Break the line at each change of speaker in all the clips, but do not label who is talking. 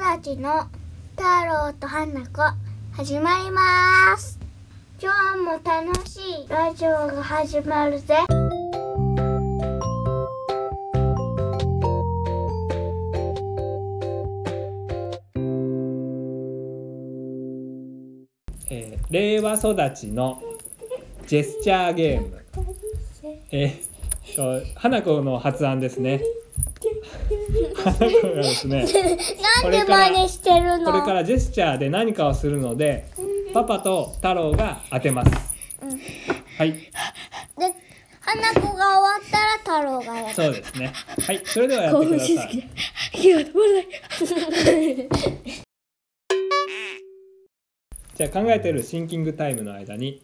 たちの太郎と花子始まります今日も楽しいラジオが始まるぜ
えー令和育ちのジェスチャーゲーム。えーっと、花子の発案ですね。花子がですね、
なん
こ
で
れから
真似してる
こ
の
れからジェスチャーで何かをするので、パパと太郎が当てます。はい、
で花子が終わったら太郎がやる
そうですね。はい、それではやってください。
いや、止まらない。
じゃあ考えてるシンキングタイムの間に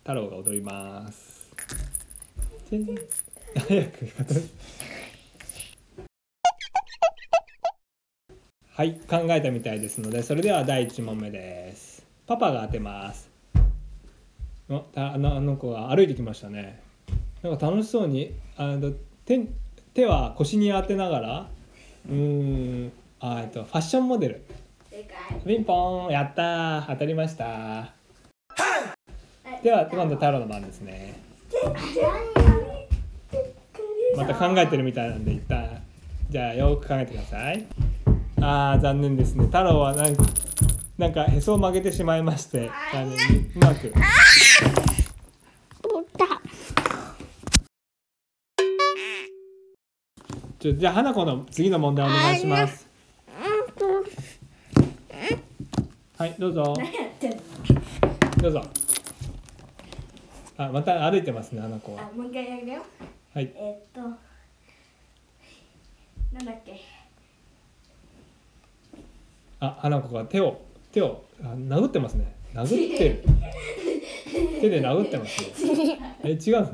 太郎が踊ります。チェン早くはい考えたみたいですのでそれでは第一問目です。パパが当てます。おたあのあの子が歩いてきましたね。なんか楽しそうにあの手手は腰に当てながらうーんあえっとファッションモデル。ピンポーンやったー当たりましたでは今度太郎の番ですねまた考えてるみたいなんで一旦じゃあよく考えてくださいあー残念ですね太郎はなんかなんかへそを曲げてしまいましてあのうまくちょじゃあ花子の次の問題お願いしますはいどうぞどうぞあまた歩いてますね花子は
あ、もう一回やるよ。
はい
えーっと。なんだっけ。
あ、花子が手を手をあ殴ってますね。殴って る。手で殴ってますね。え、違うの？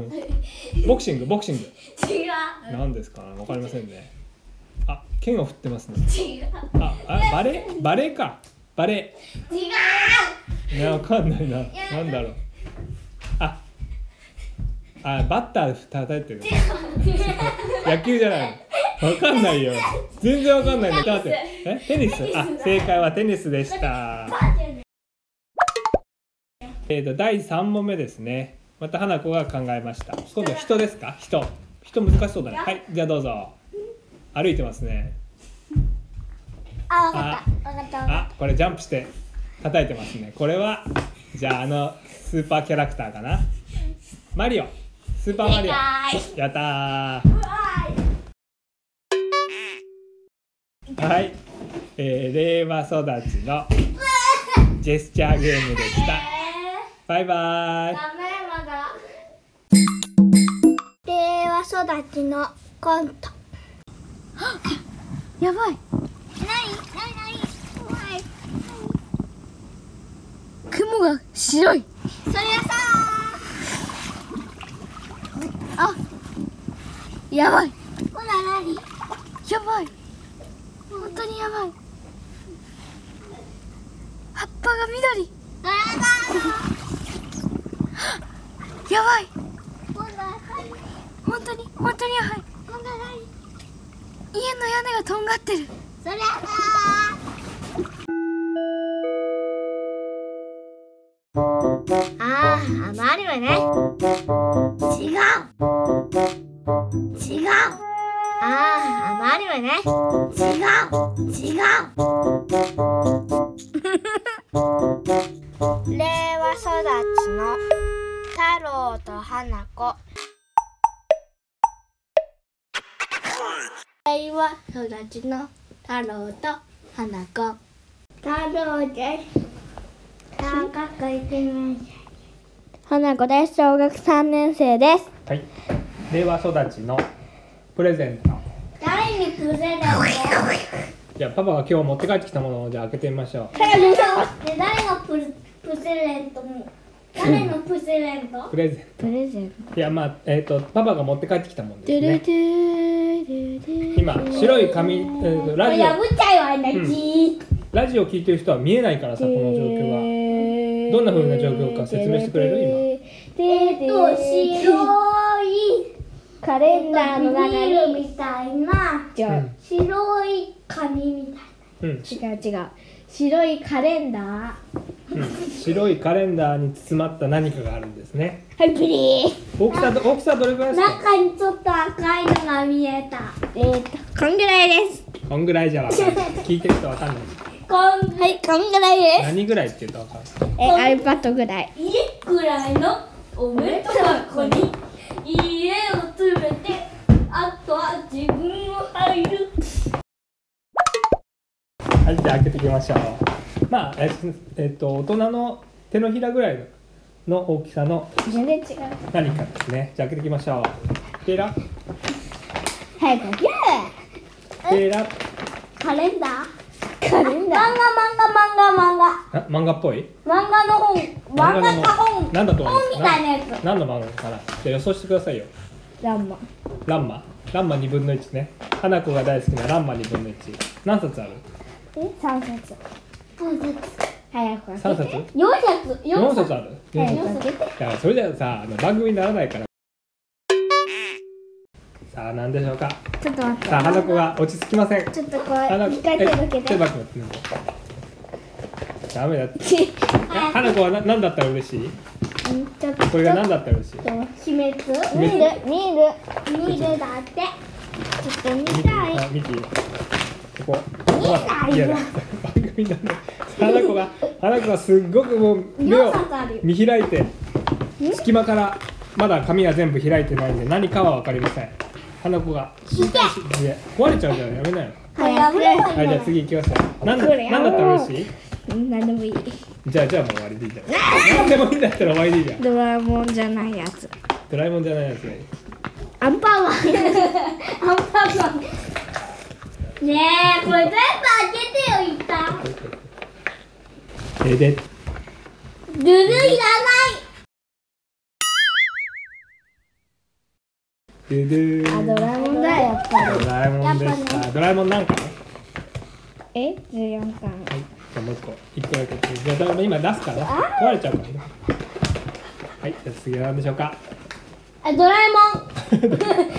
ボクシング、ボクシング。
違う。
なんですか？わかりませんね。あ、剣を振ってますね。
違う。
あ、あバレーバレーか。バレ
違
ー。
う。
いや、わかんないな。なんだろう。あ、あ、バッター叩いてる。 野球じゃないの。わかんないよ。全然わかんないね。だって、え、テニス。あ、正解はテニスでした。えーと第三問目ですね。また花子が考えました。今度は人ですか？人。人難しそうだね。はい、じゃあどうぞ。歩いてますね。
あ、わかったわかったわか
あ、これジャンプして叩いてますね。これはじゃああのスーパーキャラクターかな？マリオ。スーパーマリオ。やったー。はい、えー、令和育ちのジェスチャーゲームでした。バイバーイ。
ダメ、まだ。
った令和育ちのコント
やば
なにな
い。
になに怖い
雲が白い。
それはさ
やばい。
ほらなに
やばい。本当にやばい。葉っぱが緑。
それはさ
やばい。
ほらはい
本当に、本当にやばい。
ほらなに
家の屋根がとんがってる。
それはさあー、マリオね。違う。違う。あー、マリオね。違う。違う。令和育ちの太郎と花子。令和育ちの太郎と花子。太郎です。高く行きまし花子です。小学三年生です。
はい、令和育ちのプレゼント
誰にプレゼント？
じゃあパパが今日持って帰ってきたものをじゃあ開けてみましょ
で誰のププレゼントも？誰のプレゼン
う
ト？
プレゼン
プレゼン
トいやまあえっ、とパパが持って帰ってきたものですね
ト。
今白い紙、えーとラジオ
破っちゃえばいいんだ。
うん
じーっ
ラジオ聞いてる人は見えないからさこの状況は
は
どんな風な状況か説明してくれる
と白い
カレンダーの
ビニ
中
ール
に
みたいな
じゃあ
うん
白い紙みたいな。
ううん、
違う違う白いカレンダー
うん、白いカレンダーに包まった何かがあるんですね
はいプリー
大きさど大きさどれぐらいですか
中にちょっと赤いのが見えたえー、とこんぐらいです
こんぐらいじゃわかんない聞いてるとわかんない
こんはいこんぐらいで
何ぐらいって言うとわかんない
え iPad ぐらい
家くらいのお弁当箱に家を詰めてあとは自分を入る
はい、じゃあ開けていきましょう。まあ、えっ、えっと、大人の手のひらぐらいの大きさの
全然違う
何かですね。じゃあ開けていきましょう。ペラ、
はいこ
ペ
れ
ラ、
カレンダー
カレンダー
漫画漫画漫画
あ、漫画っぽい
漫画漫画の本漫画か本
なんだと思います
本み
か
たいなやつ
何の漫画かなじゃあ予想してくださいよ。
ランマ
ランマ。ランマ2分の1ね。花子が大好きなランマ2分の1。何冊ある
え三冊早
?3
く開けて
冊
4冊4
?4
冊
冊ある
早
ね
く開けて
だからそれじゃあさ、あの番組にならないから。さあ、何でしょうか
ちょっと待って
さあ、花子が落ち着きません。
ちょっとこ
あの
れ一回手だけ
え手
て
だけ持ってねダメだ って。あ花子はな何だったら嬉しい？
うんちょっと
これが何だったら嬉しい？
秘
密
密見る見る
見るだって
ちょっと見
見て
たい
あ見ていい。ここ。ここは
見ない
いやだ。番組だね。花子が花子がすっごくもう目を
冊あるよ
見開いて隙間からまだ紙は全部開いてないんで何かはわかりません。花子が心配しいや壊れちゃうじゃんやめなよ。
早く
はいじゃあ次行きましょう。何だ
これやろ
何だ
う
ったら嬉しい？
うん何でもいい
じゃあじゃあもう終わりでいいじゃん。何でもいいんだったら終わりでいいじゃん。
ドラえもんじゃないやつ
ドラえもんじゃないやつがいい。
アンパンマ
ア
ン
ンパンマンねえこれ全部開けてよ一旦
でで、
ルルいらない
ドゥドゥ
あ
ー
ドラえもんだやっぱり
ドラえもんでした。ドラえもんなんか。はい。
え14巻
じゃあもう一個、一個だけ。じゃあドラえもん今出すから。壊れちゃうからね。はい、じゃあ次は何でしょう か。
あドラえもん
ひ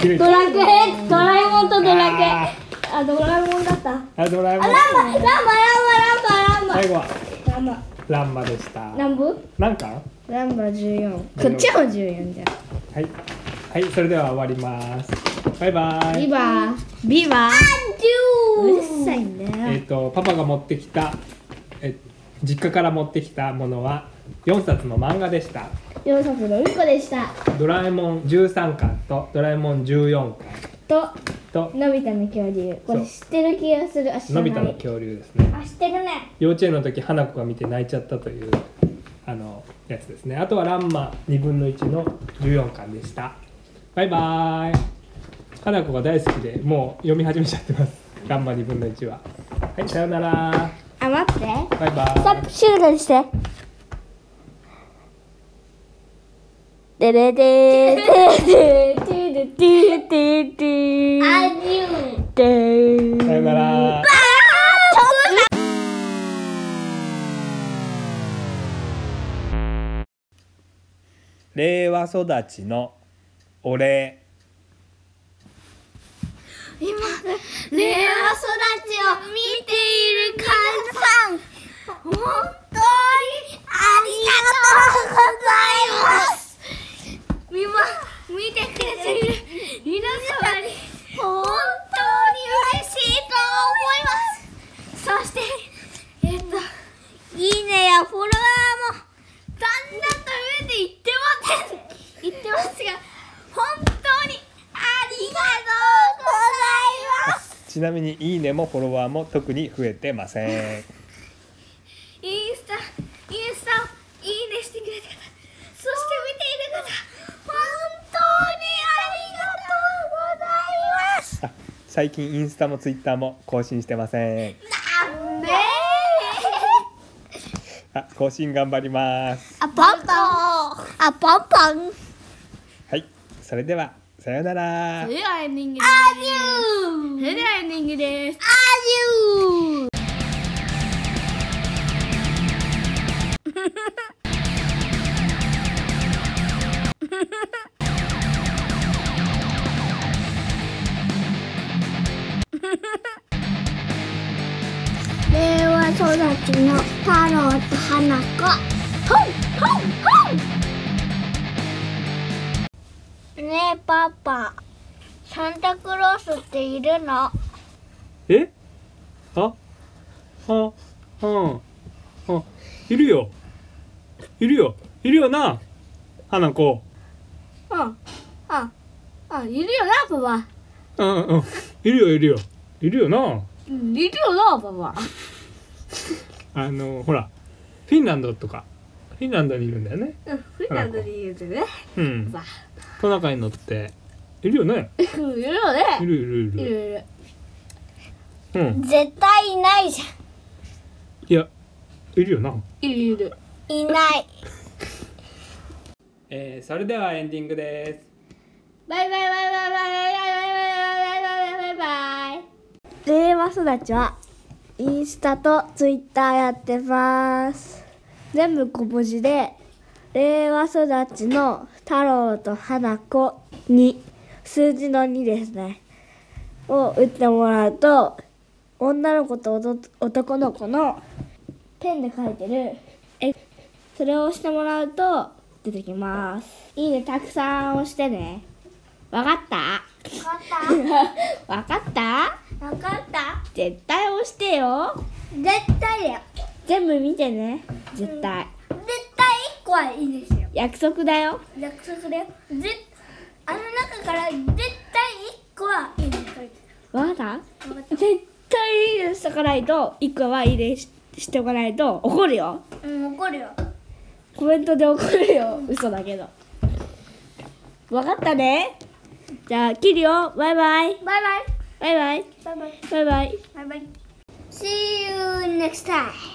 ろゆき
ドラクエドラえもんとドラクエ
あ
あドラえもんだったラン
ーあ、ドラえも
マ
ん。
ランマランマランマランマ
最後は
ランマ
ランマでした。
何部
なんか。
ランバー14こっちも14じゃ
はい。はい、それでは終わります。バイバ
んビ
イ。
バービバー
ジュー
うるさいんだよ
えっと、パパが持ってきた。え、実家から持ってきたものは。4冊の漫画でした。
4冊のうんこでした
ドラえもん13巻とドラえもん14巻
と
と
のび太の恐竜これ
そう
知ってる気がするあ知
の
らな
び
い
太の恐竜ですね
あ知ってるね
幼稚園の時花子が見て泣いちゃったというあのやつですねあとはランマ2分の1の14巻でしたバイバーイ花子が大好きでもう読み始めちゃってますランマ2分の1ははいさようなら
あ待って
バイバ
ストッ
ーイ
プ静かにしてでれでーでれでーでれでーでれでー
アジュー
でー
さようなら令和育ちのお礼
令和育ちを見ているカンさん本当にありがとうございますみんな見てくれている皆様に本当に嬉しいと思いますそしてえっといいねやフォロワーもだんだんと増えていってません言ってますが本当にありがとうございます
ちなみに「いいね」もフォロワーも特に増えてません
インスタインスタをいいねしてくれた方そして見ている方本当にありがとうございます
あ最近インスタもツイッターも更新してません
なんで
あ更新頑張ります
あパンパンあパンパン
はいそれではさようなら
それではエンディングで
ア
す
デュー
それではエンディングです
アデュー
育ちの太郎と花子ほんほんほんねえパパサンタクロースっているの
えああああいるよいるよいるよな花子
うん。あ、あ、いるよな、パパ。
うんうんいるよいるよいるよな
うんいるよな、パパ。
あのほらフィンランドとかフィンランドにいるんだよね
うん、フィンランドに言うてね。
うん
わ
トナカイに乗っているよね
うん、いるよ
いる
ね。
いるい
いる
る
いる。
うん
絶対いないじ
いやいるよない
るいる。
ゃんいない
えー、それではエンディングです
バイバイバイバイバイバイバイバイバイバイバイバイバイ。
令和育ちはインスタとツイッターやってます全部小文字で令和育ちの太郎と花子に数字の2ですねを打ってもらうと女の子と男男の子のペンで書いてるえそれを押してもらうと出てきますいいねたくさん押してねわ かったわかった
分かった
絶対押してよ
絶対だよ
全部見てね絶対
絶対一個はいいですよ
約束だよ
約束だよ絶あの中から絶対一個はいいですよ
わかった
分かった
絶対いいですしとかないと1個はいいですしておかないと怒るよ
うん怒るよ
コメントで怒るよ嘘だけどわかったねじゃあ切るよバイバイ
バイバイ
バイ
バイバ
バイ
イ
バイバイ
バイバイ See you next time